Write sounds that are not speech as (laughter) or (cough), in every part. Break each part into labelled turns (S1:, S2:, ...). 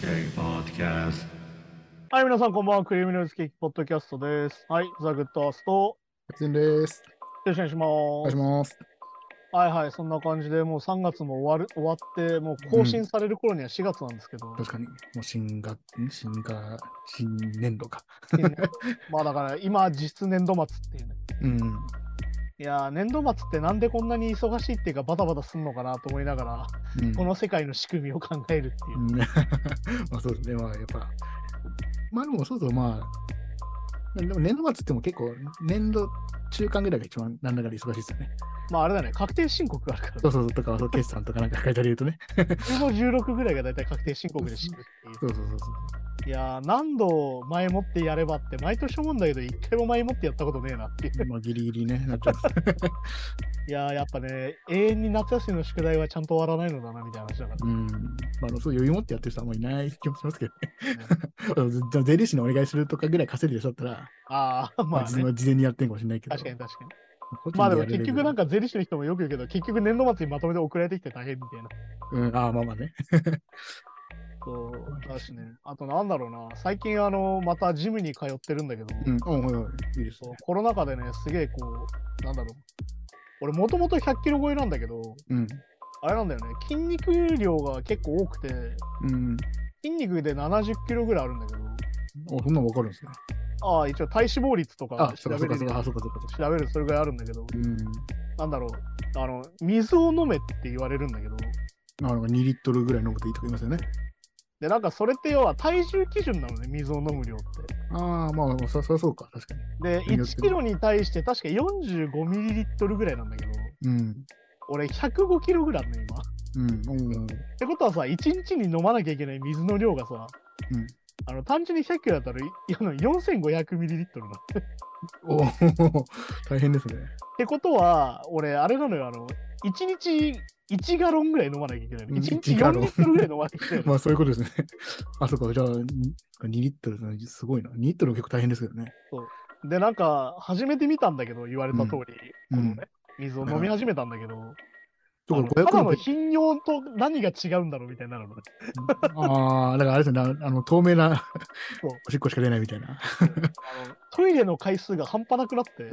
S1: Cake Podcast.
S2: はい、皆さんこんばんは。クリームノイズケーキポッドキャストです。はい、ザ・グッドアースト、よ
S3: 全です。
S2: ろしくお願いします。
S3: お願いします。
S2: はいはい、そんな感じで、もう3月も終わる終わって、もう更新される頃には4月なんですけど、
S3: 確かに、もう新学、新学、新年度か。
S2: 新年 (laughs) まあだから今、実質年度末っていうね。
S3: うん。
S2: いやー、年度末ってなんでこんなに忙しいっていうか、バタバタすんのかなと思いながら、
S3: うん、
S2: この世界の仕組みを考えるっていう
S3: う。ん (laughs) まあそうですね、まあやっぱ。まあでもそうそう、まあ、でも年度末っても結構、年度中間ぐらいが一番なんだかで忙しいですよね。
S2: まああれだね、確定申告があるから、
S3: そうそうそう、とか、そう決算とかなんか書いてあげるとね。
S2: 15、16ぐらいがだいたい確定申告で知るっていう。
S3: そうそうそうそう。
S2: いやー、何度前もってやればって、毎年思うんだけど、一回も前もってやったことねえなっていう。
S3: まあギリギリね、なっちゃう。
S2: いやーやっぱね、永遠に夏休みの宿題はちゃんと終わらないのだなみたいな話だか
S3: うん。 (laughs) まああのそう余裕持ってやってる人はあんまいない気もしますけどね。でも税理士にお願いするとかぐらい稼いでる人だったら、
S2: ら。ああ、まあ
S3: 事前
S2: ね。
S3: は事前にやってるかもしれないけど。
S2: 確かに確かに。
S3: 個人
S2: まあで
S3: や
S2: も
S3: れる
S2: 結局なんか税理士の人もよく言うけど、結局年度末にまとめて送られてきて大変みたいな。
S3: うん、ああ、まあまあね。
S2: そう、だしね。あとなんだろうな、最近あの、またジムに通ってるんだけど、
S3: うん、うん、うん、いいです
S2: そうコロナ禍でね、すげえこう、なんだろう。俺もともと100キロ超えなんだけど、
S3: うん、
S2: あれなんだよね、筋肉量が結構多くて、
S3: うん。
S2: 筋肉で70キロぐらいあるんだけど、
S3: お、そんなのわかるんですね。
S2: ああ、一応体脂肪率とか
S3: あ、そ
S2: 調
S3: うか、
S2: べ
S3: そうか、
S2: る
S3: そうか、そうか、そうか。そうか
S2: 調べるとそれぐらいあるんだけど、
S3: うん。
S2: なんだろう、あの、水を飲めって言われるんだけど、
S3: あの、2リットルぐらい飲むといいとか言いますよね。
S2: で、なんかそれって要は体重基準なのね、水を飲む量って。
S3: ああ、まあ、そ、そりゃそうか、確かに。
S2: で、
S3: によって
S2: 1キロに対して確か45ミリリットルぐらいなんだけど、
S3: うん、
S2: 俺105キロぐらいあるね、今。っ
S3: うん、うん、うん。
S2: てことはさ、1日に飲まなきゃいけない水の量がさ、
S3: うん
S2: あの単純に100キロだったらい (laughs) あの4500ミリリットルなの。っ
S3: おお、 (laughs) 大変ですね。
S2: てことは、俺、あれなのよ、あの、1日1ガロンぐらい飲まなきゃいけないの。
S3: うん
S2: 1日
S3: 1
S2: 4
S3: ガロン
S2: リットルぐらい飲まなきゃいけないの。
S3: まあ、そういうことですね。あ、そうか、じゃあ、に2リットルの、すごいな。2リットルも結構大変ですけどね。
S2: で、なんか、始めてみたんだけど、言われた通り、
S3: うん
S2: このね、水を飲み始めたんだけど、
S3: と
S2: あ
S3: か
S2: の、ただ
S3: 500
S2: の
S3: の。
S2: 頻尿と何が違うんだろうみたいになるのね。
S3: (laughs) ああ、だからあれですね、あの、透明な
S2: そう
S3: (laughs) おしっこしか出ないみたいな。 (laughs)
S2: あのトイレの回数が半端なくなって、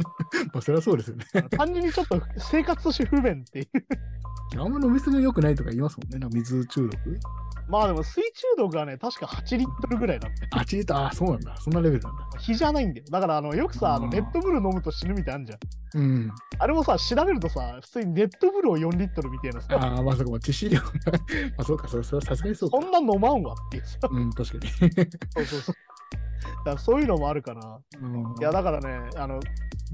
S3: まあ、そりゃそうですよね。
S2: 単純にちょっと生活として不便っていう。 (laughs)
S3: あんま飲みすぎ良くないとか言いますもんね。なんか水中毒
S2: まあでも、水中毒がね、確か8リットルぐらいだって。
S3: あ、チリッと、あ、そうなんだ。そんなレベルなんだ。
S2: 日じゃないんだよ。だから、あの、よくさ、あの
S3: あー
S2: レッドブル飲むと死ぬみたいあんじゃん。
S3: うん。
S2: あれもさ、調べるとさ、普通にレッドブルを4リットルみたいなさ、
S3: ああ、まさか、まあ致死量が。 (laughs) あ、そうか、それそれはさすがにそうか
S2: そ。んな飲まんわっていうさ。
S3: うん、確かに。
S2: そうそうそう。だからそういうのもあるから。
S3: うん
S2: いや、だからね、あの、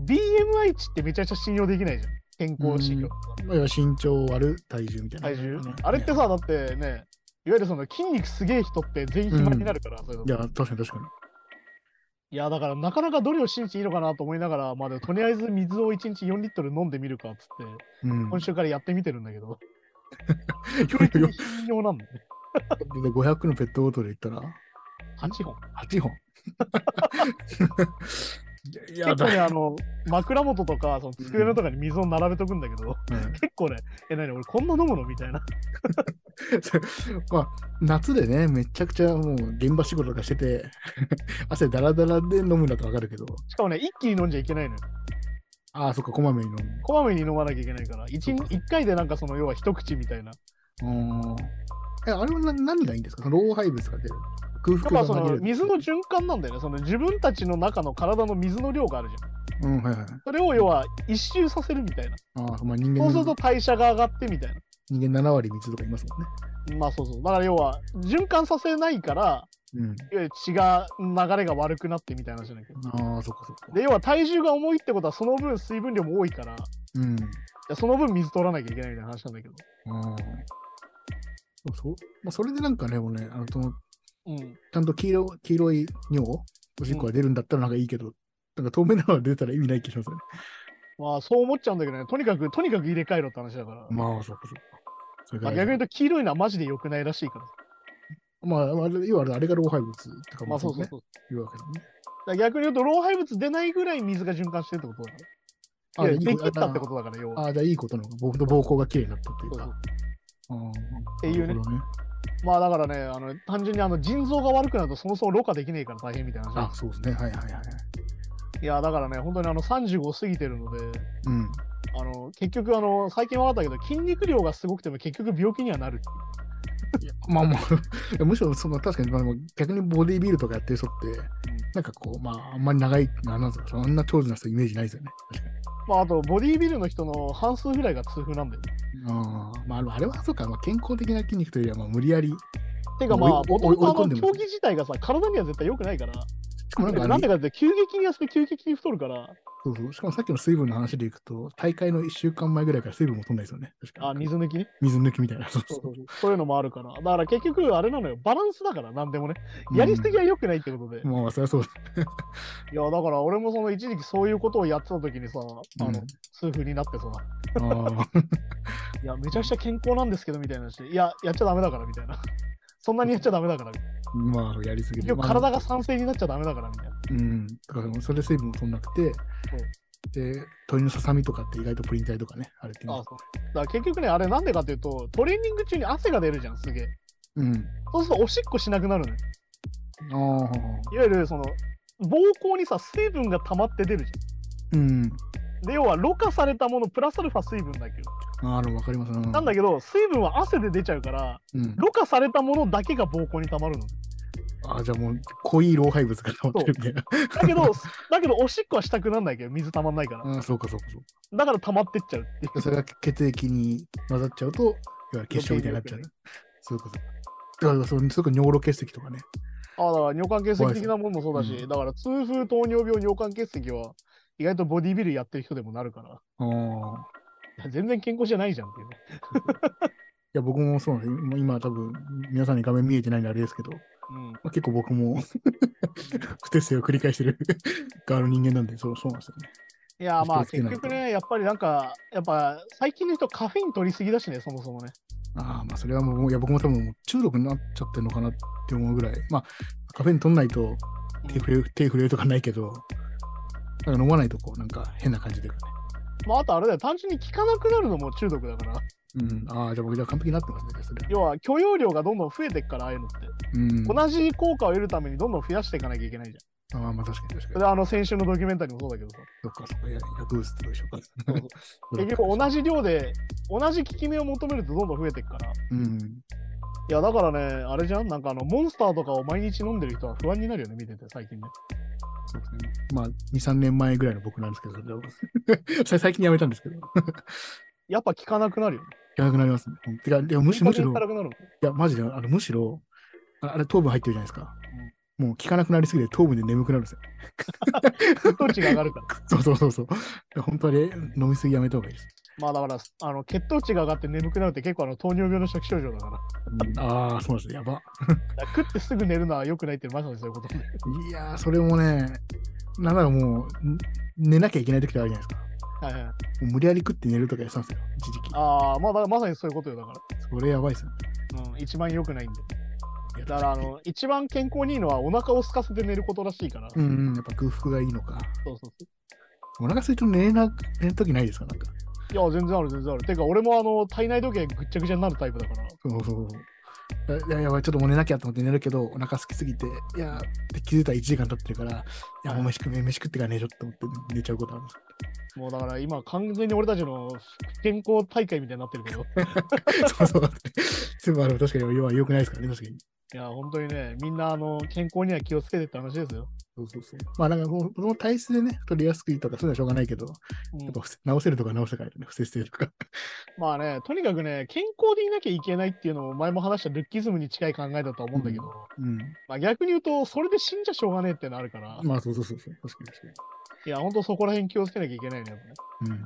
S2: BMI 値ってめちゃくちゃ信用できないじゃん。健康指標とか、
S3: まあ、身長割る体重みたいな。
S2: 体重
S3: ね。
S2: あれってさ、だってね、いわゆるその筋肉すげえ人って全員肥満になるから、そういうの
S3: いや、確かに確かに。
S2: いや、だからなかなかどれを信じていいのかなと思いながら、まあでもとりあえず水を1日4リットル飲んでみるかっつって、
S3: うん。
S2: 今週からやってみてるんだけど、
S3: 今
S2: 教育に信用なんだよね。
S3: で500のペットボトルで言ったら、
S2: 8本。
S3: 8本。 (laughs) いや、
S2: 結構
S3: だ
S2: ね、あの、枕元とか、その机のとかに水を並べとくんだけど、
S3: うん
S2: 結構ね、え、何俺こんな飲むのみたいな。
S3: まあ、夏でね、めちゃくちゃもう現場仕事とかしてて、 (laughs) 汗だらだらで飲むんだとわかるけど、
S2: しかもね、一気に飲んじゃいけないのよ。
S3: ああ、そっか、こまめに飲む。
S2: こまめに飲まなきゃいけないから、一
S3: そうか
S2: 一回でなんかその要は一口みたいな。
S3: うーんえ、あれはな何がいいんですかその老廃物が出る。空
S2: やっ
S3: 腹
S2: ぱ
S3: が
S2: そ
S3: 紛れ
S2: の
S3: る。
S2: 水の循環なんだよね。その自分たちの中の体の水の量があるじゃん。
S3: うん、はいはい。
S2: それを要は一周させるみたいな。
S3: ああ、まあ人間
S2: そうする
S3: の
S2: と代謝が上がってみたいな。
S3: 人間7割水とかいますもんね。
S2: まあそうそう。だから要は循環させないから、
S3: うん。
S2: いわゆる血が流れが悪くなってみたいな話じゃないけど。
S3: ああ、そっかそっか。
S2: で、要は体重が重いってことはその分水分量も多いから、い
S3: うん。
S2: やその分水取らなきゃいけないみたいな話なんだけど。
S3: ああ。そうそう。まあ、それでなんかね、もうね、あのその
S2: うん。
S3: ちゃんと黄色黄色い尿、おしっこが出るんだったらなんかいいけど、なんか透明なのが出たら意味ない気がしますよね。
S2: まあそう思っちゃうんだけどね。とにかく、とにかく入れ替えろって話だから。
S3: まあ、そっかそっか。それ
S2: ま
S3: が
S2: あ逆に言うと黄色いのはマジで良くないらしいから。
S3: まあ、あれ要はあれが老廃物とか
S2: まあそうそう
S3: ね
S2: そう。
S3: いうわけですね。
S2: だから逆に言うと、老廃物出ないぐらい水が循環してるってことだ
S3: あ
S2: から。いや
S3: いい
S2: で
S3: こと
S2: きったってことだから、要は。
S3: ああ、じゃあいいことなのか。僕の膀胱が綺麗になったっていう
S2: そう
S3: か。
S2: そう
S3: ああって
S2: いうね
S3: ね。
S2: まあだからね、あの単純にあの腎臓が悪くなるとそもそもろ過できねえから大変みたいな
S3: あ
S2: 話。
S3: そうですね。はいはいはい。
S2: いやだからね、本当にあの35過ぎてるので、
S3: うん。
S2: あの結局あの、最近分かったけど、筋肉量がすごくても結局病気にはなるっていう
S3: まあま (laughs) あ、むしろその確かに、まあ、でも逆にボディービルとかやってる人って、なんかこう、まあ、あんまり長い、なんなんだろうそんな長寿な人イメージないですよね。
S2: まあ、あと、ボディービルの人の半数ぐらいが痛風なんだよね。
S3: ああ、まあ、あれはそうか、まあ、健康的な筋肉というよりは、まあ、無理やり。して
S2: かまあ、
S3: 追い
S2: もともと
S3: 追い込
S2: あ
S3: んで
S2: の
S3: る
S2: 競技自体がさ、体には絶対良くないから、
S3: かもなんか
S2: な
S3: あの
S2: んでかって、急激に痩せて急激に太るから、
S3: そうそう、しかもさっきの水分の話でいくと、大会の1週間前ぐらいから水分も取んないですよね。確か
S2: あ水抜きね。
S3: 水抜きみたいな。そう
S2: そう
S3: そう
S2: いうのもあるから。だから結局、あれなのよ、バランスだから、なんでもね。やりすぎは良くないってことで。
S3: うん
S2: い
S3: まあ、そりゃそうだ。
S2: や、だから俺もその一時期そういうことをやってた時にさ、あの、
S3: うん
S2: 痛風になってさ、
S3: ああ、
S2: いや、めちゃくちゃ健康なんですけど、みたいな話で、いや、やっちゃダメだから、みたいな。 (laughs) そんなにやっちゃダメだから、みたいな。
S3: (laughs) まあ、やりすぎ
S2: 結
S3: で
S2: 局体が酸性になっちゃダメだから、みたいな。
S3: うん。だからもうそれで水分も取んなくて、で、鶏のささみとかって意外とプリン体とかね、あれっていうの
S2: あそうだから結局ね、あれなんでかっていうと、トレーニング中に汗が出るじゃん、すげえ。
S3: うん。
S2: そうするとおしっこしなくなるのよ。
S3: ああ、
S2: いわゆるその、膀胱にさ、水分が溜まって出るじ
S3: うん。
S2: ゃん。で、要は、ろ過されたもの、プラスアルファ水分だけど。
S3: ああ、わかります。な
S2: なんだけど、水分は汗で出ちゃうから、
S3: うん、
S2: ろ過されたものだけが膀胱に溜まるの。
S3: ああ、じゃあもう、濃い老廃物が溜まってる
S2: (laughs)
S3: みたいな。
S2: だけど、だけど、おしっこはしたくなんないけど、水溜まんないから。
S3: ああ、そうかそうかそうか。
S2: だから溜まってっちゃうっていう。
S3: それが血液に混ざっちゃうと、いわゆる結晶みたいになっちゃう。そういうこと。だからその、それこそ尿路結石とかね。
S2: ああ、だから尿管結石的なものもそうだし、
S3: 怖いですねう
S2: だから痛風、糖尿病、尿管結石は、意外とボディビルやってる人でもなるから、
S3: ああ。
S2: いや全然健康じゃないじゃんっていうね。
S3: いや、僕もそうなんです今今多分、皆さんに画面見えてないんであれですけど、ま
S2: うん
S3: あ、結構僕も (laughs) 不適正を繰り返してる (laughs) 側の人間なんで、そうそうなんですよね。
S2: いやーまあ
S3: 気をつけ
S2: 結
S3: ないと
S2: 局ね、やっぱりなんか、やっぱ最近の人カフェイン取りすぎだしね、そもそもね。
S3: ああ、まあそれはもう、いや、僕も多分もう中毒になっちゃってるのかなって思うぐらい、まあ、カフェイン取んないと手震える手震えるとかないけど、なんか飲まないとこう、なんか変な感じというかね。
S2: まああとあれだよ、単純に効かなくなるのも中毒だから。
S3: うん、ああ、じゃあ僕、じゃあ完璧になってますね、それ。
S2: 要は許容量がどんどん増えてっから、ああいうのって。
S3: うん。あ
S2: 同じ効果を得るためにどんどん増やしていかなきゃいけないじゃん。
S3: あ、まあ確かに確
S2: そ
S3: か
S2: れ
S3: に。
S2: はあの先週のドキュメンタリーもそうだけどさ。
S3: そっかそっか、いや薬物と一緒か。
S2: そうそう結局同じ量で、同じ効き目を求めるとどんどん増えてっから。い
S3: うん。
S2: やだからね、あれじゃん、なんかあのモンスターとかを毎日飲んでる人は不安になるよね、見てて、最近ね。
S3: そうですね。まあ、2、3年前ぐらいの僕なんですけど、でも (laughs) 最最近やめたんですけど、や
S2: やっぱ効かなくなるよね。
S3: らなくなりますね。てか、でもむしむしろ、
S2: 効かないくなるの
S3: や、マジで、あのむしろ、ああれ、糖分入ってるじゃないですか。もう効かなくなりすぎて糖分で眠くなるんですよ。 (laughs)
S2: 血糖値が上がるから。 (laughs)
S3: そうそうそうそう。だから本当あれ、飲みすぎやめた方がいいです。
S2: まあだから、あの血糖値が上がって眠くなるって結構あの糖尿病の初期症状だから。
S3: うんああ、そうなんですね。やば。
S2: だから食ってすぐ寝るのは良くないってまさにそういうことで。
S3: いやー、それもね、なんならもう、ん寝なきゃいけない時とかあるじゃないですか。
S2: はいはい、
S3: もう無理やり食って寝るとかやってたんですよ、一時期。
S2: ああ、まあだからまさにそういうことよだか
S3: それやばいですね。
S2: ら。うん、一番良くないんで。
S3: いや
S2: だからあ、の、一番健康にいいのはお腹を空かせて寝ることらしいから。
S3: うんうん、やっぱ空腹がいいのか。
S2: そうそうそ
S3: お腹空いても寝れな寝る時ないですかなんか。
S2: う。いや、全然ある全然ある。てか俺もあの、体内時計ぐっちゃぐちゃになるタイプだから。
S3: そうそうそう。いやいややばい、ちょっともう寝なきゃと思って寝るけど、お腹空きすぎて、いや、で気づいたら1時間経ってるから、いや、もう飯食飯食ってから寝ちゃって思って寝ちゃうことあるんです (laughs)
S2: もうだから今完全に俺たちの健康大会みたいになってるけど。
S3: よ。そうそう。でもあの確かに、要は良くないですからね、確かに。
S2: いや、本当にね、みんなあの、健康には気をつけてって話ですよ。
S3: そうそうそう。まあなんかこう、この体質でね、取りやすくいとか、そういうのはしょうがないけど、
S2: うん
S3: やっぱ不正直せるとか直せないとね、不摂生とか。
S2: まあね、とにかくね、健康でいなきゃいけないっていうのも前も話したルッキズムに近い考えだとは思うんだけど、
S3: ううん。
S2: まあ、逆に言うと、それで死んじゃしょうがねえってのあるから、
S3: まあそうそうそうそう。確かに確か
S2: いや、ほんとそこら辺気をつけなきゃいけないね。やっぱね
S3: に。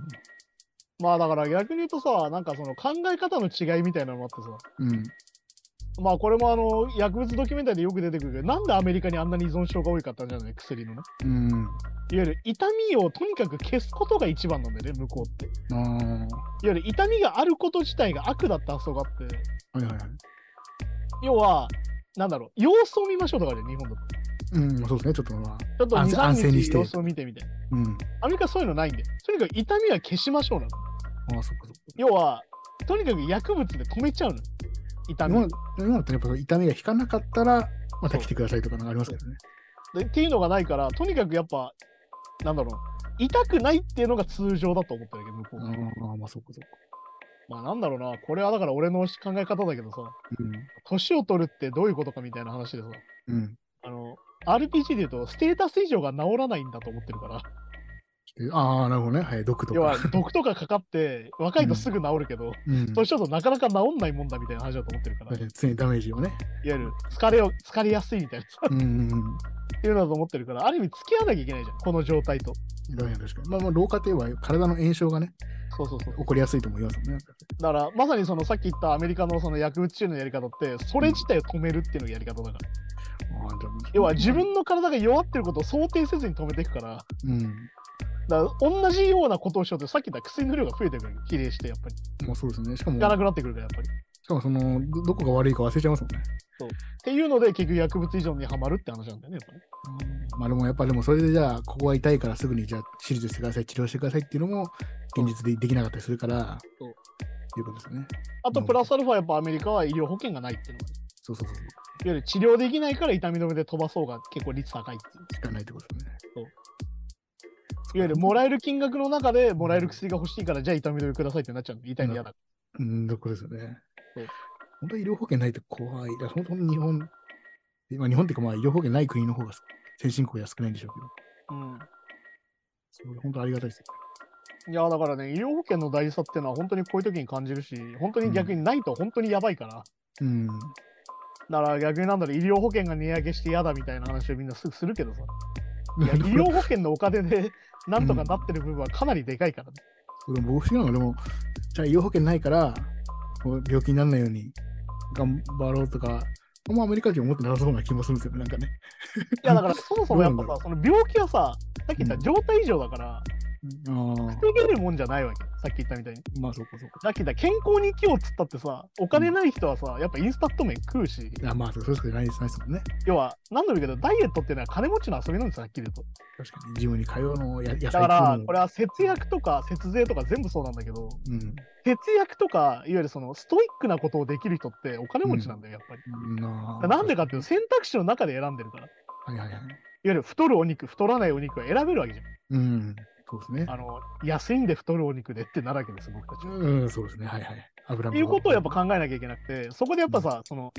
S2: まあだから逆に言うとさ、なんかその考え方の違いみたいなのもあってさ、
S3: うん。うん。
S2: まあこれもあの、薬物ドキュメンタリーでよく出てくるけど、なんでアメリカにあんなに依存症が多いかったんじゃない薬のね。
S3: うん。
S2: いわゆる痛みをとにかく消すことが一番なんだよね、向こうって。い
S3: あ
S2: わゆる痛みがあること自体が悪だった発想があって、
S3: あ。はいはいはい。
S2: 要は、なんだろう、様子を見ましょうとかで日本だと。
S3: うん、まあそうですね、ちょっとまあ。
S2: ちょっと
S3: 安
S2: 2、
S3: 安静
S2: 3
S3: にし
S2: 日
S3: て
S2: 様子を見てみて。
S3: うん。
S2: アメリカそういうのないんで、とにかく痛みは消しましょうなの。
S3: ああ、そっかそっか。
S2: 要は、とにかく薬物で止めちゃうの。痛
S3: 今
S2: み
S3: まで今までってやっぱ痛みが引かなかったら、また
S2: そう
S3: 来てくださいとかなんかありますけどね。
S2: でっていうのがないからとにかくやっぱなんだろう痛くないっていうのが通常だと思ってるけど向こうは、
S3: ああ、まあそうかそうか。
S2: まあなんだろうなこれはだから俺の考え方だけどさ
S3: う
S2: 年を取るってどういうことかみたいな話でさ
S3: ん。うん。
S2: あの RPG で言うとステータス以上が治らないんだと思ってるから
S3: ああ、なるほどね。はい、毒と
S2: 要は
S3: か。
S2: 毒とかかかって若いとすぐ治るけど、
S3: うん。
S2: 年を取るとなかなか治んないもんだみたいな話だと思ってるから、いわ
S3: 常にダメー
S2: (laughs)
S3: ジをね。
S2: ゆる疲れを疲れやすいみたいな (laughs) さ
S3: うんうんうん。
S2: っていうのだと思ってるからある意味付き合わなきゃいけないじゃんこの状態と
S3: ダメージ確かに。まあまあ、老化といえば体の炎症がね、
S2: そうそうそう
S3: 起こりやすいとも言いますもんね。
S2: だからまさにそのさっき言ったアメリカのその薬物治療のやり方ってそれ自体を止めるっていうのがやり方だから
S3: ああ、じゃあ
S2: 要は自。分の体が弱ってることを想定せずに止めていくから
S3: うん。
S2: だから同じようなことをしようとさっき言った薬の量が増えてくる比例してやっぱり
S3: まあそうですね。しかも、
S2: 効
S3: し
S2: かな
S3: か
S2: くなってくるからやっぱり
S3: もその、どどこが悪いか忘れちゃいますもんね。
S2: っていうので結局薬物依存にはまるって話なんだよねやっぱり
S3: まあでもやっぱでもそれでじゃあここは痛いからすぐにじゃあ手術してください治療してくださいっていうのも現実でできなかったりするから
S2: そう
S3: いうことですよね。
S2: あとプラスアルファやっぱアメリカは医療保険がないっていうのが
S3: そうそうそう。
S2: いわゆる治療できないから痛み止めで飛ばそうが結構率高いっていう
S3: 効かないってことですね。
S2: いわゆるもらえる金額の中でもらえる薬が欲しいからじゃあ痛み止めくださいってなっちゃうの痛いの嫌だから
S3: うん、どこですよね
S2: そう。
S3: 本当は医療保険ないって怖い。だから本当に日本、今日本っていうかまあ医療保険ない国の方が先進国は少ないんでしょうけど、
S2: うん
S3: それ本当ありがたいですよ。
S2: いやだからね、医療保険の大事さっていうのは本当にこういう時に感じるし、本当に逆にないと本当にやばいから、
S3: うん。
S2: だから逆になんだろう、医療保険が値上げして嫌だみたいな話をみんなすするけどさ、い
S3: (laughs)
S2: や医療保険のお金でなんとかなってる部分はかなりでかいからね。
S3: でも僕不思議なのがでも、じゃあ医療保険ないから、こう病気にならないように頑張ろうとか、あんまアメリカ人は思ってなさそうな気もするんですよね、なんかね。
S2: いやだからそもそもやっぱ
S3: どうなん
S2: さ、その病気はさ、さっき言った
S3: うん
S2: 状態異常だから、
S3: ああ、
S2: 防げるもんじゃないわけ、さっき言ったみたいに。
S3: まあそうかそう
S2: (laughs)
S3: か。
S2: さっき言った健康に生きようっつったってさ、お金ない人はさ、やっぱインスタント麺食うし、
S3: いやまあそうそうしかないですないですもんね。
S2: 要は何度も言うけど、ダイエットっていうのは金持ちの遊びなんですよ、はっきり言うと。
S3: 確かに、ジムに通うのをや、野
S2: だ
S3: 菜
S2: から
S3: 食うのも
S2: これは節約とか節税とか全部そうなんだけど
S3: うん。
S2: 節約とかいわゆるそのストイックなことをできる人ってお金持ちなんだよやっぱり。
S3: な
S2: なんでかっていうと選択肢の中で選んでるからいわ
S3: はいはいはい。
S2: ゆる太るお肉太らないお肉は選べるわけじゃ
S3: うん。そうですね
S2: ん。。あの安いんで太るお肉でってなるわけです僕たちは。
S3: うん、そうですね。はいはい。油
S2: っ
S3: も
S2: ていうことをやっぱ考えなきゃいけなくてそこでやっぱさその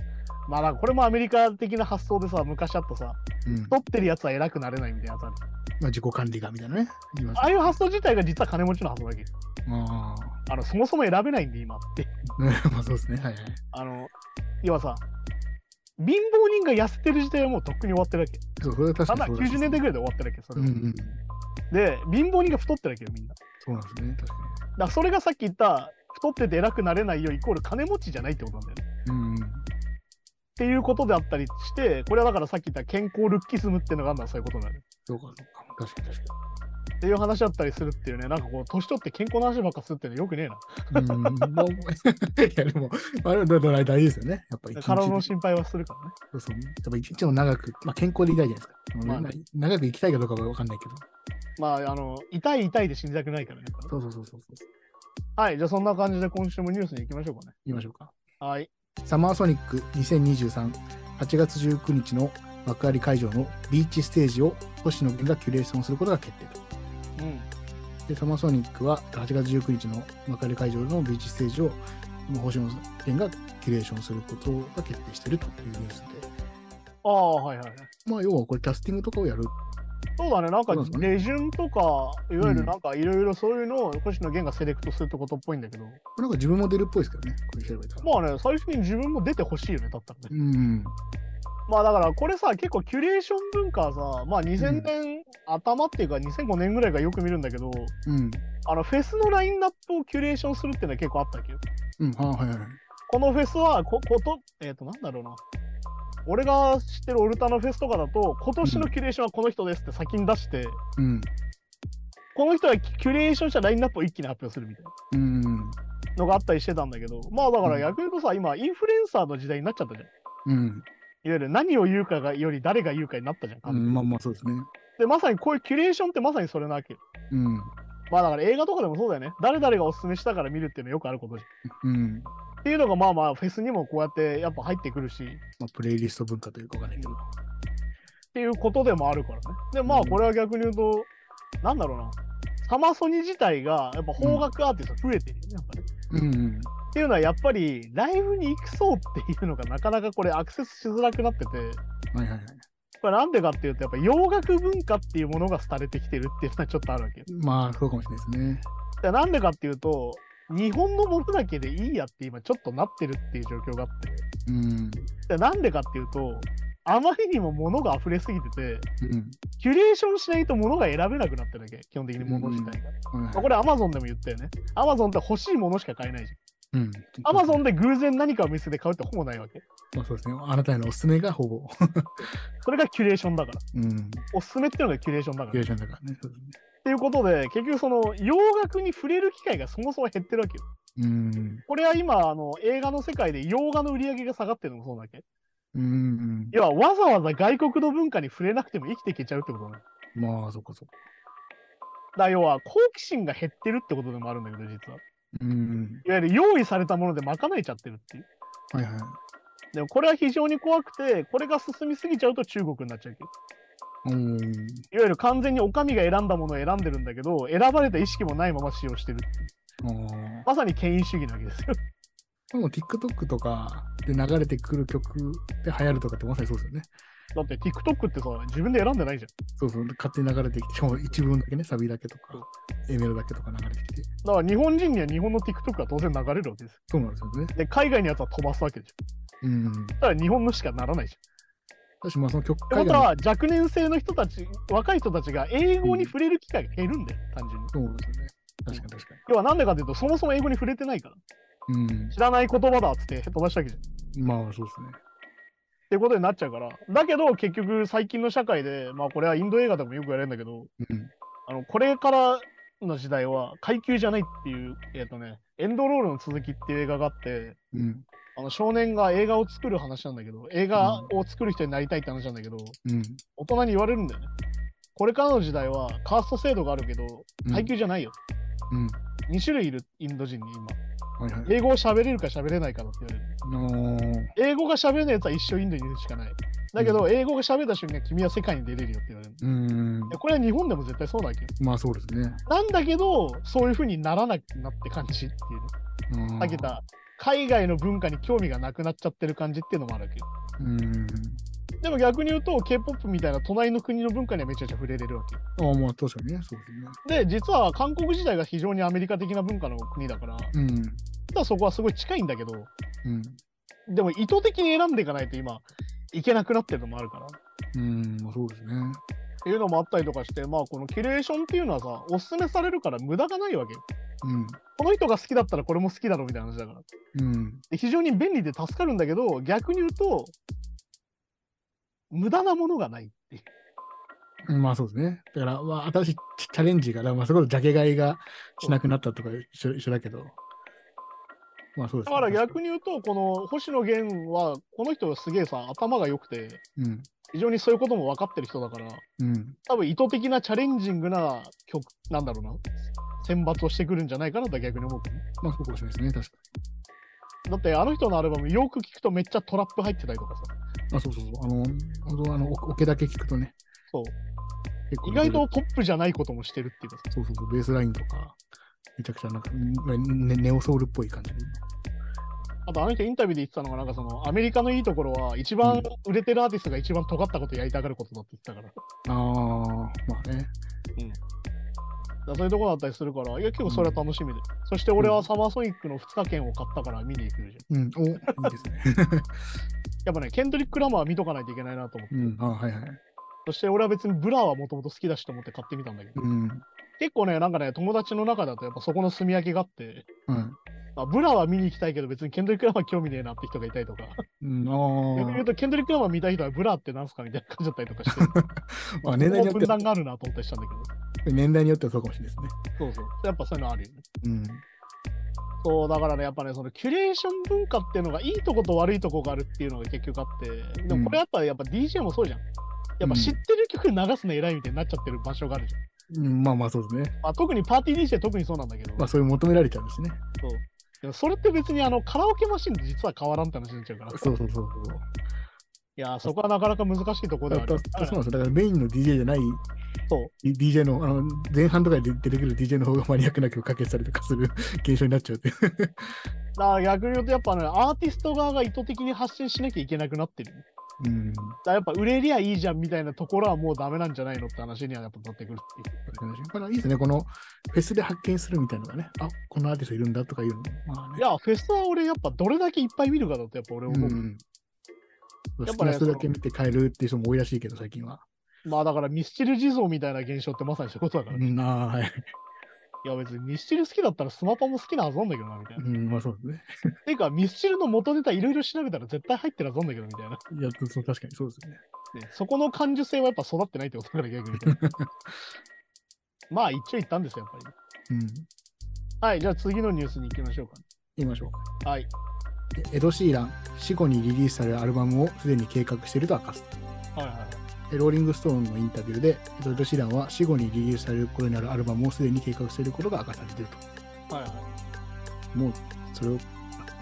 S2: まあなんかこれもアメリカ的な発想でさ昔あったさ
S3: うん
S2: 太ってるやつは偉くなれないみたいなやつある
S3: まあ、自己管理がみたいなね。言います
S2: ああいう発想自体が実は金持ちの発想だけど
S3: あ
S2: あのそもそも選べないんで今って
S3: あ。ね (laughs) まあそうですね。はいはい。
S2: あの、要はさ、貧乏人が痩せてる時代はもうとっくに終わってるわけ。
S3: そう、それは確か
S2: ただ
S3: にそうらしい
S2: 90年代ぐらいで終わってるわけ、それ
S3: うん
S2: は。
S3: うん。
S2: で、貧乏人が太ってるわけよ、みんな。だ
S3: そうなんですね。確か
S2: からそれがさっき言った、太ってて偉くなれないよ、イコール金持ちじゃないってことなんだよね。
S3: に。うんうん。
S2: っていうことであったりして、これはだからさっき言った健康ルッキズムっていうのがあるのはそういうことになる。
S3: そうか、そうか。確かに確
S2: っていう話だったりするっていうね、なんかこう、年取って健康の話ばっかするっていうのよくねえな。
S3: かに。うん。 (laughs) まあいや、でも、あれはどれ大事ですよね。やっぱ一日
S2: 体の
S3: で。
S2: 心配はするからね。
S3: そうそう。やっぱ一日も長く、まあ健康でいたいじゃないですか。
S2: まあ
S3: まあ長く生きたいかどうかは分かんないけど。
S2: まあ、あの、痛い痛いで死にたくないからね。
S3: そうそうそうそうそう。
S2: はい、じゃあそんな感じで今週もニュースに行きましょうかね。
S3: 言いましょうか。
S2: はい。
S3: サマーソニック2023、8月19日の幕張会場のビーチステージを星野源がキュレーションすることが決定と。
S2: うん。
S3: で、サマーソニックは8月19日の幕張会場のビーチステージを星野源がキュレーションすることが決定しているというニュースで、
S2: ああ、はいはいはい。
S3: まあ、要はこれキャスティングとかをやる。
S2: そうだね、なんか
S3: そうなんですかね
S2: レジュンとか、いわゆるなんかいろいろそういうのを星野源がセレクトするってことっぽいんだけど、
S3: なんか自分も出るっぽいですけどね、これ調べたら。
S2: まあね、最初に自分も出てほしいよね、だったら
S3: う
S2: ね。
S3: ん。
S2: まあだからこれさ、結構キュレーション文化はさ、まあ2000年頭っていうか2005年ぐらいがよく見るんだけど、
S3: うん。
S2: あのフェスのラインナップをキュレーションするっていうのは結構あったっけよ。
S3: うん。あはいはいはい。
S2: このフェスはこ、こと、えっ、と、なんだろうな。俺が知ってるオルタのフェスとかだと、今年のキュレーションはこの人ですって先に出して、
S3: うん。
S2: この人がキュレーションしたラインナップを一気に発表するみたいな。
S3: うん。
S2: のがあったりしてたんだけど、まあだから
S3: うん
S2: 逆に言うとさ、今、インフルエンサーの時代になっちゃったじゃん。い
S3: うん。
S2: わゆる何を言うかがより誰が言うかになったじゃん。
S3: うん、まあまあそうですね。
S2: で、まさにこういうキュレーションってまさにそれなわけよ。
S3: うん。
S2: まあだから映画とかでもそうだよね。誰々がおすすめしたから見るっていうのはよくあることじゃん
S3: うん。
S2: っていうのがまあまあフェスにもこうやってやっぱ入ってくるし、っ
S3: まあ、プレイリスト文化というかわかんないけど。
S2: ていうことでもあるからね。でまあこれは逆に言うと、なんだろうな。サマソニ自体がやっぱ邦楽アーティスト増えてるよね、やっぱね。
S3: うん、うん。
S2: っていうのはやっぱりライブに行くそうっていうのがなかなかこれアクセスしづらくなってて
S3: はいはいはい。
S2: これなんでかっていうとやっぱ洋楽文化っていうものが廃れてきてるっていうのはちょっとあるわけよ
S3: まあ、そうかもしれないですね。
S2: だからなんでかっていうと日本のものだけでいいやって今ちょっとなってるっていう状況があって
S3: うん。
S2: だからなんでかっていうとあまりにも物が溢れすぎてて
S3: うん。
S2: キュレーションしないと物が選べなくなってるわけ基本的に物自体が、
S3: はいは
S2: ま
S3: い
S2: あこれ Amazon でも言ったよね Amazon って欲しいものしか買えないじ
S3: うん。
S2: ゃん Amazon で偶然何かを見せて買うってほぼないわけ
S3: まあそうですね。あなたへのおすすめがほぼ。
S2: それがキュレーションだから
S3: うん。
S2: おすすめっていうのがキュレーションだから。
S3: キュレ
S2: っ
S3: ーションだからね。そうで
S2: ていうことで、結局その洋楽に触れる機会がそもそも減ってるわけよ。
S3: すね。うん。
S2: これは今、あの映画の世界で洋画の売り上げが下がってるのもそうなわけ。
S3: うん。
S2: 要はわざわざ外国の文化に触れなくても生きていけちゃうってことなの。だか
S3: まあ、そっかそっか。
S2: ら要は好奇心が減ってるってことでもあるんだけど、実は。
S3: うん。
S2: いわゆる用意されたもので賄えちゃってるっていう。
S3: はいはい。
S2: でもこれは非常に怖くて、これが進みすぎちゃうと中国になっちゃうわけど。
S3: うん。
S2: いわゆる完全にお上が選んだものを選んでるんだけど、選ばれた意識もないまま使用してるっていう。
S3: あ
S2: まさに権威主義なわけですよ。 (laughs)
S3: あ。でも TikTok とかで流れてくる曲で流行るとかってまさにそうですよね。
S2: だって TikTok ってさ、自分で選んでないじゃん。
S3: そうそう。勝手に流れてきて、しかも一部分だけね、サビだけとか、A メロだけとか流れてきて。
S2: だから日本人には日本の TikTok が当然流れるわけですよ。
S3: そうなんですよね。
S2: で、海外のやつは飛ばすわけでしょ。
S3: うん。
S2: だから日本のしかならないじ
S3: 私まあその曲
S2: ゃん。って
S3: 海
S2: こと
S3: 外の
S2: は若年性の人たち、若い人たちが英語に触れる機会が減るんだよ、単純に。
S3: そうですよね。確かに確か
S2: 要はなんでかっていうと、そもそも英語に触れてないから。
S3: に。
S2: 知らない言葉だっつって飛ばしたわけじゃん。っ
S3: うん。まあそうですね。
S2: てことになっちゃうから。だけど結局最近の社会で、まあこれはインド映画でもよくやるんだけど、
S3: うん。
S2: あのこれからの時代は階級じゃないっていう、えっ、とね、エンドロールの続きっていう映画があって、
S3: うん。
S2: あの少年が映画を作る話なんだけど、映画を作る人になりたいって話なんだけど、
S3: うん。
S2: 大人に言われるんだよね。これからの時代はカースト制度があるけど、
S3: うん
S2: 階級じゃないよ。
S3: うん。
S2: 2種類いるインド人に今。
S3: はいはい。
S2: 英語を喋れるか喋れないかだって言われる。
S3: あのー、
S2: 英語が喋れないやつは一生インドにいるしかない。だけど、
S3: う
S2: 英語が喋った瞬間、君は世界に出れるよって言われる。
S3: うん。
S2: でこれは日本でも絶対そうなわけよ。
S3: まあそうですね。
S2: なんだけど、そういう風にならなくなって感じっていうね。
S3: うん
S2: さっき言った、海外の文化に興味がなくなっちゃってる感じっていうのもあるわけよ。
S3: うん。
S2: でも逆に言うと K-POP みたいな隣の国の文化にはめちゃめちゃ触れれるわけよ。
S3: ああ、まあ確かにね、そうですね。
S2: で、実は韓国自体が非常にアメリカ的な文化の国だから、
S3: うん。
S2: 実はそこはすごい近いんだけど、
S3: うん。
S2: でも意図的に選んでいかないと今、いけなくなってるのもあるから。っ
S3: うん、まあそうですね。
S2: ていうのもあったりとかして、まあこのキュレーションっていうのはさ、おすすめされるから無駄がないわけよ。
S3: うん。
S2: この人が好きだったらこれも好きだろみたいな話だから。
S3: うん。
S2: で非常に便利で助かるんだけど、逆に言うと、無駄なものがないっていう。
S3: うんまあそうですね。だから、まあ、新しいチチャレンジが、だからまあ、それこそジャケ買いがしなくなったとか一緒一緒だけど。まあそうで
S2: だ
S3: すね。
S2: から逆に言うと、この星野源は、この人すげえさ、頭が良くて、
S3: うん。
S2: 非常にそういうことも分かってる人だから、
S3: うん。
S2: 多分意図的なチャレンジングな曲、なんだろうな、選抜をしてくるんじゃないかなとは逆に思うけどね。
S3: まあそうかもしれないですね、確か
S2: だってあの人のアルバム、よく聞くとめっちゃトラップ入ってたりとかさ、
S3: に。あ、そうそうそう。あの、本当あの、おおけだけ聞くとね。
S2: そう
S3: 結構
S2: 意外とトップじゃないこともしてるっていうかさ、
S3: そうそうそう、ベースラインとか、めちゃくちゃなんか、ね、ネオソウルっぽい感じで。
S2: あとあの人インタビューで言ってたのが、なんかその、アメリカのいいところは、一番売れてるアーティストが一番尖ったことやりたがることだって言ってたから、だか
S3: ああ、まあね。
S2: らそういうところだったりするから、いや、結構それは楽しみで。そして俺はサマーソニックの2日券を買ったから見に行くじゃん。
S3: うん、お、いいですね。
S2: やっぱね、ケンドリック・ラマーは見とかないといけないなと思って。
S3: (laughs) うん、あはいはい。
S2: そして俺は別にブラはもともと好きだしと思って買ってみたんだけど、
S3: うん、
S2: 結構ね、なんかね、友達の中だとやっぱそこの住み分けがあって、
S3: うん。
S2: まあ、ブラは見に行きたいけど別にケンドリック・ラマー興味ねえなって人がいたりとか、
S3: うん、
S2: 逆に言うとケンドリック・ラマー見たい人はブラってなんすかみたいな感じだったりとかして、 (laughs)
S3: (laughs) ああ、年代に
S2: そこも分
S3: よっては
S2: 断、があるなと思ったりしたんだけど、
S3: 年代によってはそうかもしれないで
S2: そうそう。やっぱそういうのあるよね。
S3: すね。
S2: そう、だからね、やっぱね、そのキュレーション文化っていうのがいいとこと悪いとこがあるっていうのが結局あって、でもこれやっぱ、やっぱ DJ もそうじゃん。やっぱ知ってる曲流すの偉いみたいになっちゃってる場所があるじゃん。
S3: うんまあまあそうですね。
S2: まあ、特にパーティー DJ 特にそうなんだけど、
S3: まあそういう求められちゃうんですね。
S2: そうでもそれって別にあのカラオケマシンと実は変わらんって話になっちゃうから。い
S3: そうそうそうそう。
S2: やー、そこはなかなか難しいところでは
S3: だ
S2: あ
S3: だ
S2: る。
S3: だそうなんですよだからメインの DJ じゃない
S2: そう
S3: DJ の、あの前半とかで出てくる DJ の方がマニアックな曲かけたりとかする (laughs) 現象になっちゃうっていう。
S2: だから逆に言うとやっぱね、アーティスト側が意図的に発信しなきゃいけなくなってる。だか
S3: うん。
S2: らやっぱ売れりゃいいじゃんみたいなところはもうダメなんじゃないのって話にはやっぱなってくるっていう。
S3: これいいですね。このフェスで発見するみたいなのがね、あこのアーティストいるんだとかいうのも。まあ
S2: い
S3: ね。
S2: や、フェスは俺やっぱどれだけいっぱい見るかだとやっぱ俺
S3: うん
S2: 思う。
S3: う
S2: っ
S3: ん
S2: ぱね
S3: 好きな人だけ見て帰るっていう人も多いらしいけど、最近は。
S2: まあだからミスチル地蔵みたいな現象ってまさにそういうことだから、
S3: う
S2: ね。
S3: ん、ああ、はい。
S2: いや別にミスチル好きだったらスマパも好きなはずなんだけどなみたいうな。
S3: ん、まあそうですね。
S2: ていうかミスチルの元ネタいろいろ調べたら絶対入ってるはずなんだけどみたいな。
S3: いや、そう確かにそうですね。
S2: ねそこの感受性はやっぱ育ってないってことだから
S3: (laughs)
S2: 逆に言うと。まあ一応言ったんですよ、やっぱり。
S3: うん。
S2: はい、じゃあ次のニュースに行きましょうか。
S3: 言いましょうか。
S2: はい。
S3: エド・シーラン、死後にリリースされるアルバムをすでに計画していると明かす。
S2: はいはいはい。
S3: えローリング・ストーンのインタビューで、エド・シーランは死後にリリースされる頃になるアルバムをすでに計画していることが明かされていると。
S2: はいはい、
S3: もうそれを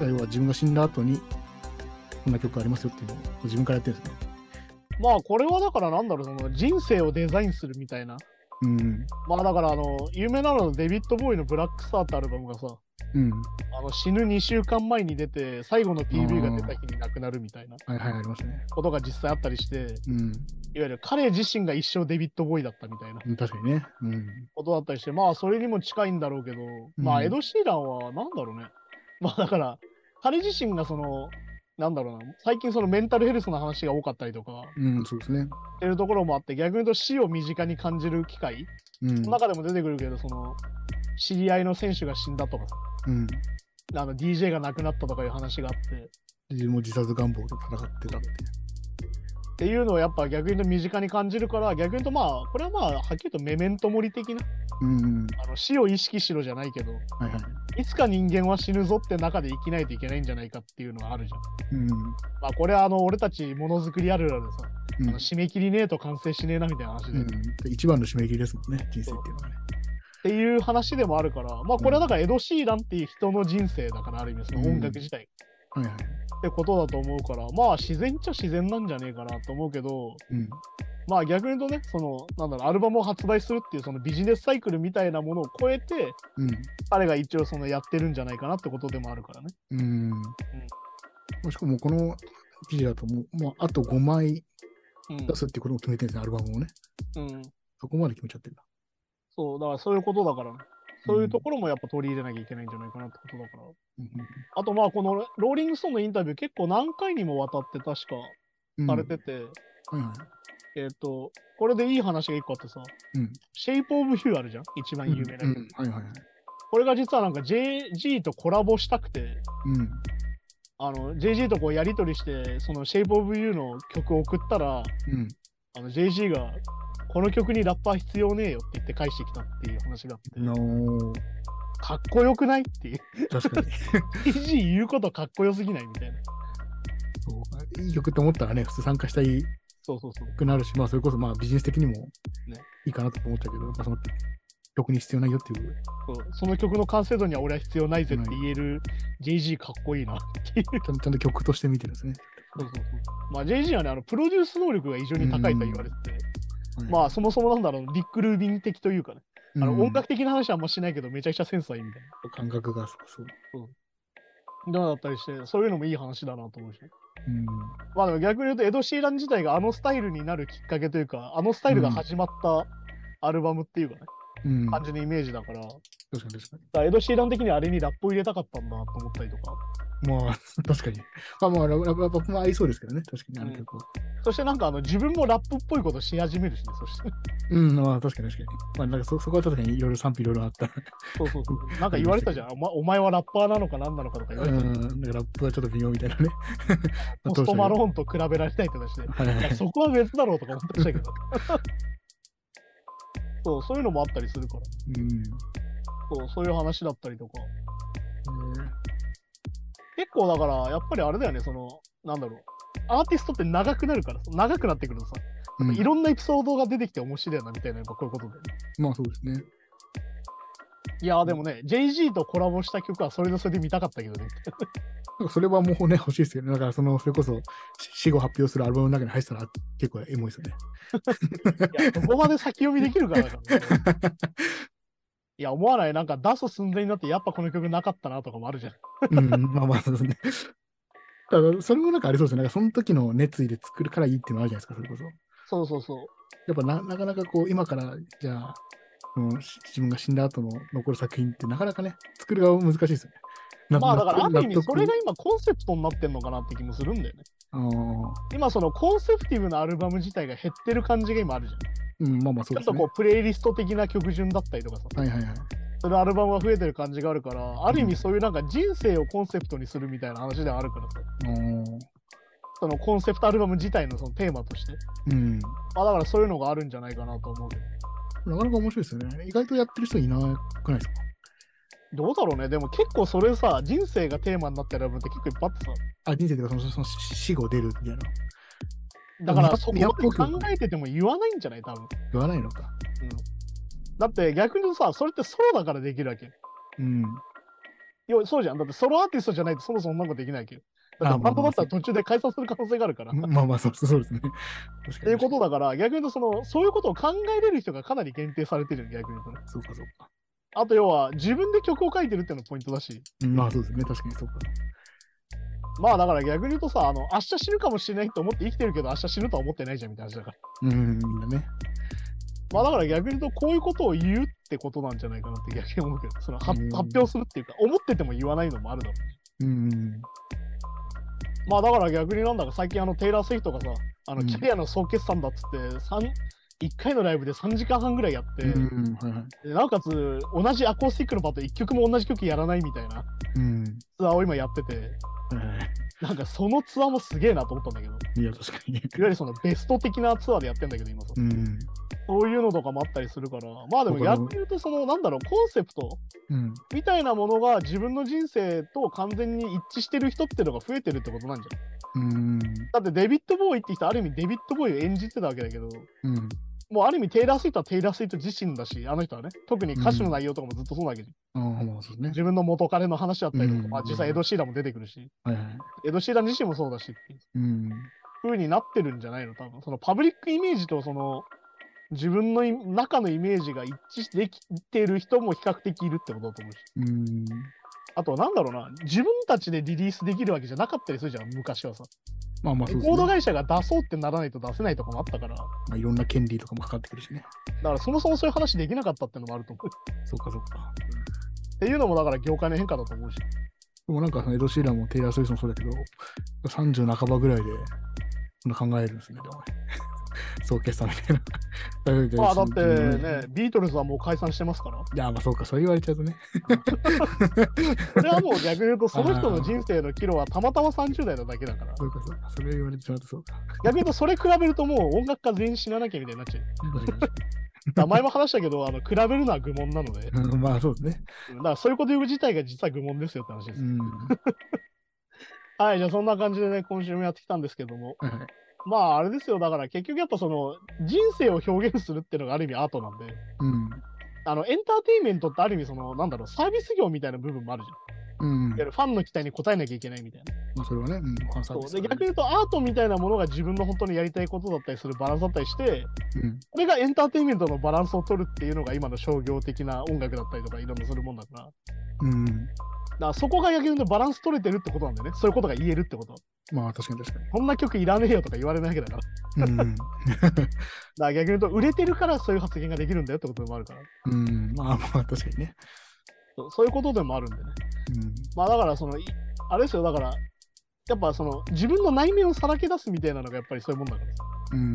S3: 要は自分が死んだ後にこんな曲ありますよっていうのを自分からやってるんですね。
S2: まあこれはだからなんだろうその人生をデザインするみたいな
S3: うん。
S2: まあだからあの有名なのはデビッド・ボーイの「ブラック・スター」ってアルバムがさ
S3: うん。
S2: あの死ぬ2週間前に出て最後の PV が出た日に亡くなるみたいな
S3: はいはい、ありますね。
S2: ことが実際あったりしていわ
S3: うん。
S2: ゆる彼自身が一生デビッド・ボーイだったみたいな
S3: うん確かにね。うん。
S2: ことだったりしてまあそれにも近いんだろうけど、まあエド・シーランはなんだろうねまあだから彼自身がそのなんだろうな最近そのメンタルヘルスの話が多かったりとか
S3: うん、そうですね。
S2: ってるところもあって逆に言うと死を身近に感じる機会
S3: うん。
S2: その中でも出てくるけど、その知り合いの選手が死んだとか、
S3: うん。
S2: あの DJ が亡くなったとかいう話があって、
S3: 自分も自殺願望と戦ってたっていう。
S2: っていうのをやっぱ逆に言うと身近に感じるから、逆に言うとまあ、これはまあ、はっきり言うとメメントモリ的な、
S3: うんうん。
S2: あの死を意識しろじゃないけど、
S3: はいはい。
S2: いつか人間は死ぬぞって中で生きないといけないんじゃないかっていうのがあるじゃん。
S3: うん。
S2: まあ、これはあの、俺たちものづくりあるあるでさ、
S3: う
S2: あ
S3: ん
S2: の締め切りねえと完成しねえなみたいな話で、
S3: う
S2: っ
S3: ん、一番の締め切りですもんね、人生っていうのはね。
S2: ていう話でもあるから、まあ、これはだからエド・シーランっていう人の人生だから、ある意味、その音楽自体が
S3: はいはい。
S2: ってことだと思うからまあ自然っちゃ自然なんじゃねえかなと思うけど
S3: うん。
S2: まあ逆に言うとねそのなんだろうアルバムを発売するっていうそのビジネスサイクルみたいなものを超えて
S3: うん。
S2: 彼が一応そのやってるんじゃないかなってことでもあるからね
S3: うん。もしかもこの記事だともう、もうあと5枚出すってことも決めてるんですね、アルバムをね。
S2: うん、うん、
S3: そこまで決めちゃってるんだ。
S2: そうだからそういうことだからねそういうところもやっぱ取り入れなきゃいけないんじゃないかなってことだから、
S3: うん
S2: あとまあこのローリングストーンのインタビュー結構何回にもわたって確か
S3: うん
S2: されてて、
S3: はいはい。
S2: えっ、とこれでいい話が一個あってさ、
S3: うん
S2: シェイプオブヒューあるじゃん一番有名な、
S3: うんうんはいはいはい。
S2: これが実はなんか JG とコラボしたくて、
S3: うん。
S2: あの JG とこうやり取りして、その Shape of You の曲を送ったら、
S3: うん。
S2: あの JG が、この曲にラッパー必要ねえよって言って返してきたっていう話があって、
S3: の
S2: かっこよくないっていう。
S3: 確かに。
S2: JG 言うことかっこよすぎないみたいな。
S3: そういい曲と思ったらね、普通参加したい
S2: そうそうそう。
S3: くなるし、まあそれこそまあビジネス的にも
S2: ね
S3: いいかなと思ったけど、やっぱその曲に必要ないよっていう。
S2: そうその曲の完成度には俺は必要ないぜって言える JG かっこいいなっていう。
S3: ちゃんちゃんと曲として見てるんですね。
S2: そうそうそう。まあ JG はね、あのプロデュース能力が異常に高いと言われてて、まあそもそもなんだろう、リック・ルービン的というかね。
S3: あ
S2: あの音楽的な話はあんましないけど、めちゃくちゃセンスはいいみたい
S3: 感覚がそうそう。
S2: な。だったりして、そういうのもいい話だなと思うし、ね。
S3: うん。
S2: まあでも逆に言うと、エド・シーラン自体があのスタイルになるきっかけというか、あのスタイルが始まったアルバムっていうかね、
S3: うん、
S2: 感
S3: 確
S2: じ
S3: か
S2: のイメージだから、だか
S3: に確から
S2: エド・シーラン的にはあれにラップを入れたかったんだと思ったりとか、
S3: に。まあ (laughs) 確かに。まあまあラブラブラブ僕も合いそうですけどね、確かにあの曲は。
S2: そしてなんかあの自分もラップっぽいことし始めるしね、そして。
S3: うん、まあ確かに確かに。まあなんかそそこは確かにいろいろ賛否いろいろあった。
S2: そうそうそう。 (laughs) なんか言われたじゃん、お前お前はラッパーなのか何なのかとか言わ
S3: う
S2: れたじゃん。
S3: ん、だからラップはちょっと微妙み
S2: (laughs)
S3: たいなね。
S2: ポストマローンと比べられないとか
S3: (laughs)
S2: して。
S3: はいはいい
S2: やそこは別だろうとか思ってましたけど。 (laughs) そう、そういうのもあったりするから。
S3: うん
S2: そう、そういう話だったりとか。結構だから、やっぱりあれだよね、その、なんだろう。アーティストって長くなるからさ、長くなってくるとさ、
S3: うん
S2: いろんなエピソードが出てきて面白いなみたいな、やっぱこういうことで。
S3: まあそうですね。
S2: いやーでもね、JG とコラボした曲はそれでそれで見たかったけどね。
S3: なんかそれはもうね、欲しいですよね。だからその、それこそし死後発表するアルバムの中に入ってたら結構エモいですよね。
S2: いや、どこまで先読みできるかだからね、いや、思わない。なんか出す寸前になって、やっぱこの曲なかったなとかもあるじゃん。
S3: うん、まあまあそうですね。 (laughs) ただそれもなんかありそうですよね。なんかその時の熱意で作るからいいっていうのあるじゃないですか、それこそ。
S2: そうそうそう。
S3: やっぱななかなかこう、今からじゃあ、そのし自分が死んだ後の残る作品ってなかなかね、作る側も難しいですよね。な
S2: まあだから、あ
S3: 納
S2: る
S3: 得
S2: 意味、それが今コンセプトになってんのかなって気もするんだよね。
S3: あー
S2: 今、そのコンセプティブなアルバム自体が減ってる感じが今あるじゃん。
S3: うん、まあまあそ
S2: ちょ
S3: うで
S2: っ
S3: す
S2: と
S3: ね。
S2: こう、プレイリスト的な曲順だったりとかさ、
S3: はいはいはい。
S2: そのアルバムが増えてる感じがあるから、ある意味そういうなんか人生をコンセプトにするみたいな話ではあるからさ、
S3: あー
S2: そのコンセプトアルバム自体のそのテーマとして。
S3: うん。
S2: まあだからそういうのがあるんじゃないかなと思うけど。
S3: なかなか面白いですよね。意外とやってる人いなくないですか
S2: どうだろうね、でも結構それさ、人生がテーマになってるアルバムって結構いっぱいあってさ、
S3: あ、人生というかその、その死死後出るみたいな。
S2: だから
S3: 200
S2: そこまで考えてても言わないんじゃない多分。
S3: 言わないのか。
S2: だって逆に言うとさ、それってソロだからできるわけよ。
S3: (laughs) うん。
S2: 要はそうじゃん。だってソロアーティストじゃないとそもそもそんなことできないわけど。だ
S3: あ
S2: ってバンドだった
S3: まあまあ
S2: ら途中で解散する可能性があるから。っ
S3: まあまあ、そうそうですね。って
S2: いうことだから、逆に言うとその、そういうことを考えれる人がかなり限定されてるよ、逆に言うとね。
S3: そうかそうか。
S2: あと要は、自分で曲を書いてるっていうのがポイントだし、
S3: うんまあそうですね。確かにそうか。
S2: まあだから逆に言うとさ、あの、明日死ぬかもしれないと思って生きてるけど、明日死ぬとは思ってないじゃんみたいな話だから。
S3: うん、みんなね。
S2: まあだから逆に言うと、こういうことを言うってことなんじゃないかなって逆に思うけど、そのは
S3: う
S2: 発
S3: ん
S2: 表するっていうか、思ってても言わないのもあるだろうね。
S3: うん。
S2: まあだから逆になんだか、最近あのテイラー・スウィフトがさ、あ
S3: う
S2: の
S3: ん
S2: キャリアの総決算だっつって、三1回のライブで3時間半ぐらいやって、
S3: うん、はいはい。
S2: でなおかつ同じアコースティックのバンド1曲も同じ曲やらないみたいな
S3: うん。
S2: ツアーを今やってて、
S3: は
S2: なんかそのツアーもすげえなと思ったんだけど、いわ
S3: いいや、確かにね。
S2: ゆるそのベスト的なツアーでやってんだけど、今さ、
S3: うん。
S2: そういうのとかもあったりするから、まあでも逆に言うと、そのなんだろう、コンセプト、
S3: うん。
S2: みたいなものが自分の人生と完全に一致してる人ってのが増えてるってことなんじゃない
S3: うん。
S2: だってデビッド・ボーイって人ある意味デビッド・ボーイを演じてたわけだけど
S3: うん。
S2: もうある意味テイラー・スイートはテイラー・スイート自身だしあの人はね特に歌詞の内容とかもずっとそうなわけじゃん
S3: ああ、まあそうですね。
S2: 自分の元彼の話だったりとか、
S3: うん
S2: まあ、実際エド・シーランも出てくるし
S3: はいはい。
S2: エド・シーラン自身もそうだしっていう
S3: うん。
S2: 風になってるんじゃないの多分そのパブリックイメージとその自分のい中のイメージが一致してできてる人も比較的いるってことだと思うし
S3: うん。
S2: あとはなんだろうな、自分たちでリリースできるわけじゃなかったりするじゃん、昔はさ。
S3: まあまあ
S2: レ
S3: そうです
S2: コー
S3: ね。
S2: ド
S3: ま
S2: 会社が出そうってならないと出せないとかもあったから、だか
S3: あ、いろんな権利とかもかかってくるしね。
S2: らそもそもそういう話できなかったってのもあると思う。
S3: そうかそうか。
S2: っていうのもだから業界の変化だと思うし。
S3: でもなんか、エド・シーランもテイラー・スウィフトもそうだけど、30半ばぐらいで、そんな考えるんですね、でもね。 (laughs) そう決算みたいな。
S2: まあだってね、ビートルズはもう解散してますから、
S3: いや、まあそうか、そう言われちゃうとね。
S2: それはもう逆に言うと、その人の人生の岐路はたまたま30代なだけだから、
S3: そうか、そうか、それ言われちゃうとそうか。
S2: 逆に言うと、それ比べるともう音楽家全員死ななきゃみたいになっちゃう。
S3: 確か
S2: 名前も話したけど、あの比べるのは愚問なので、だか
S3: に (laughs) うんまあそうですね。
S2: らそういうこと言う自体が実は愚問ですよって話で
S3: う
S2: す。
S3: ん。
S2: はい、じゃあそんな感じでね、今週もやってきたんですけども、
S3: はいはい
S2: まああれですよだから結局やっぱその人生を表現するっていうのがある意味アートなんで
S3: うん。
S2: あのエンターテインメントってある意味そのなんだろうサービス業みたいな部分もあるじゃん
S3: うん。
S2: いわゆるファンの期待に応えなきゃいけないみたいな
S3: まあそれはね、うん、ファン
S2: そ
S3: サービ
S2: う
S3: スだ
S2: で
S3: から
S2: 逆に言うとアートみたいなものが自分の本当にやりたいことだったりするバランスだったりして
S3: うん。
S2: これがエンターテインメントのバランスを取るっていうのが今の商業的な音楽だったりとかいろんなするもんだからだ
S3: うん。
S2: からそこが逆に言うとバランス取れてるってことなんだよねそういうことが言えるってこと
S3: まあ確かに確か
S2: こんな曲いらねえよとか言われないわけだからだか
S3: に。うん。 (laughs)
S2: ら逆に言うと売れてるからそういう発言ができるんだよってことでもあるから
S3: うん。まあまあ確かにね。
S2: そうそういうことでもあるんでね
S3: うん。
S2: まあだからそのいあれですよだからやっぱその自分の内面をさらけ出すみたいなのがやっぱりそういうもんだからさ
S3: うん。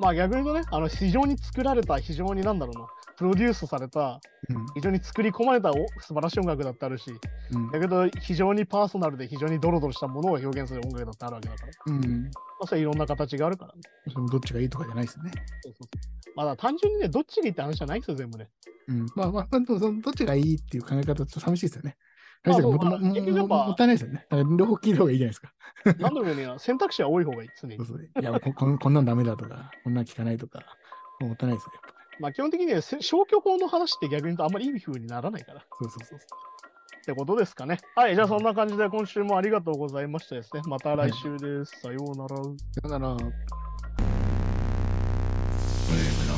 S2: まあ逆に言うとねあの非常に作られた非常になんだろうなプロデュースされた
S3: うん。
S2: 非常に作り込まれたお素晴らしい音楽だってあるし
S3: うん
S2: だけど非常にパーソナルで非常にドロドロしたものを表現する音楽だってあるわけだから、
S3: うん。
S2: まあ、それはいろんな形があるからね
S3: それもどっちがいいとかじゃないですね。
S2: そうそうそうまあだから単純にねどっちにって話じゃないですよ全部ね
S3: うん。まあまあ、でもそのどっちがいいっていう考え方、ちょっと寂しいですよね。あれですよ
S2: ま
S3: も
S2: あ
S3: った
S2: まあ結局やっぱ
S3: もったいないですよね。だから両方聞いた方がいいじゃないですか。
S2: なんだろうね、選択肢は多 (laughs) い方がいい、常に
S3: そう。そういやこ (laughs) こん、こんなんダメだとか、こんなん聞かないとか、もったいないですよ。やっぱ
S2: まあ基本的にはせ消去法の話って逆に言うとあんまりいい風にならないから。っ
S3: そうそうそうそ
S2: てことですかね。はい、じゃあそんな感じで今週もありがとうございましたですね。また来週です。さようなら。
S3: う。だか
S1: Flame
S3: ら、
S1: and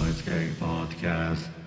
S1: Ice Gang Podcast.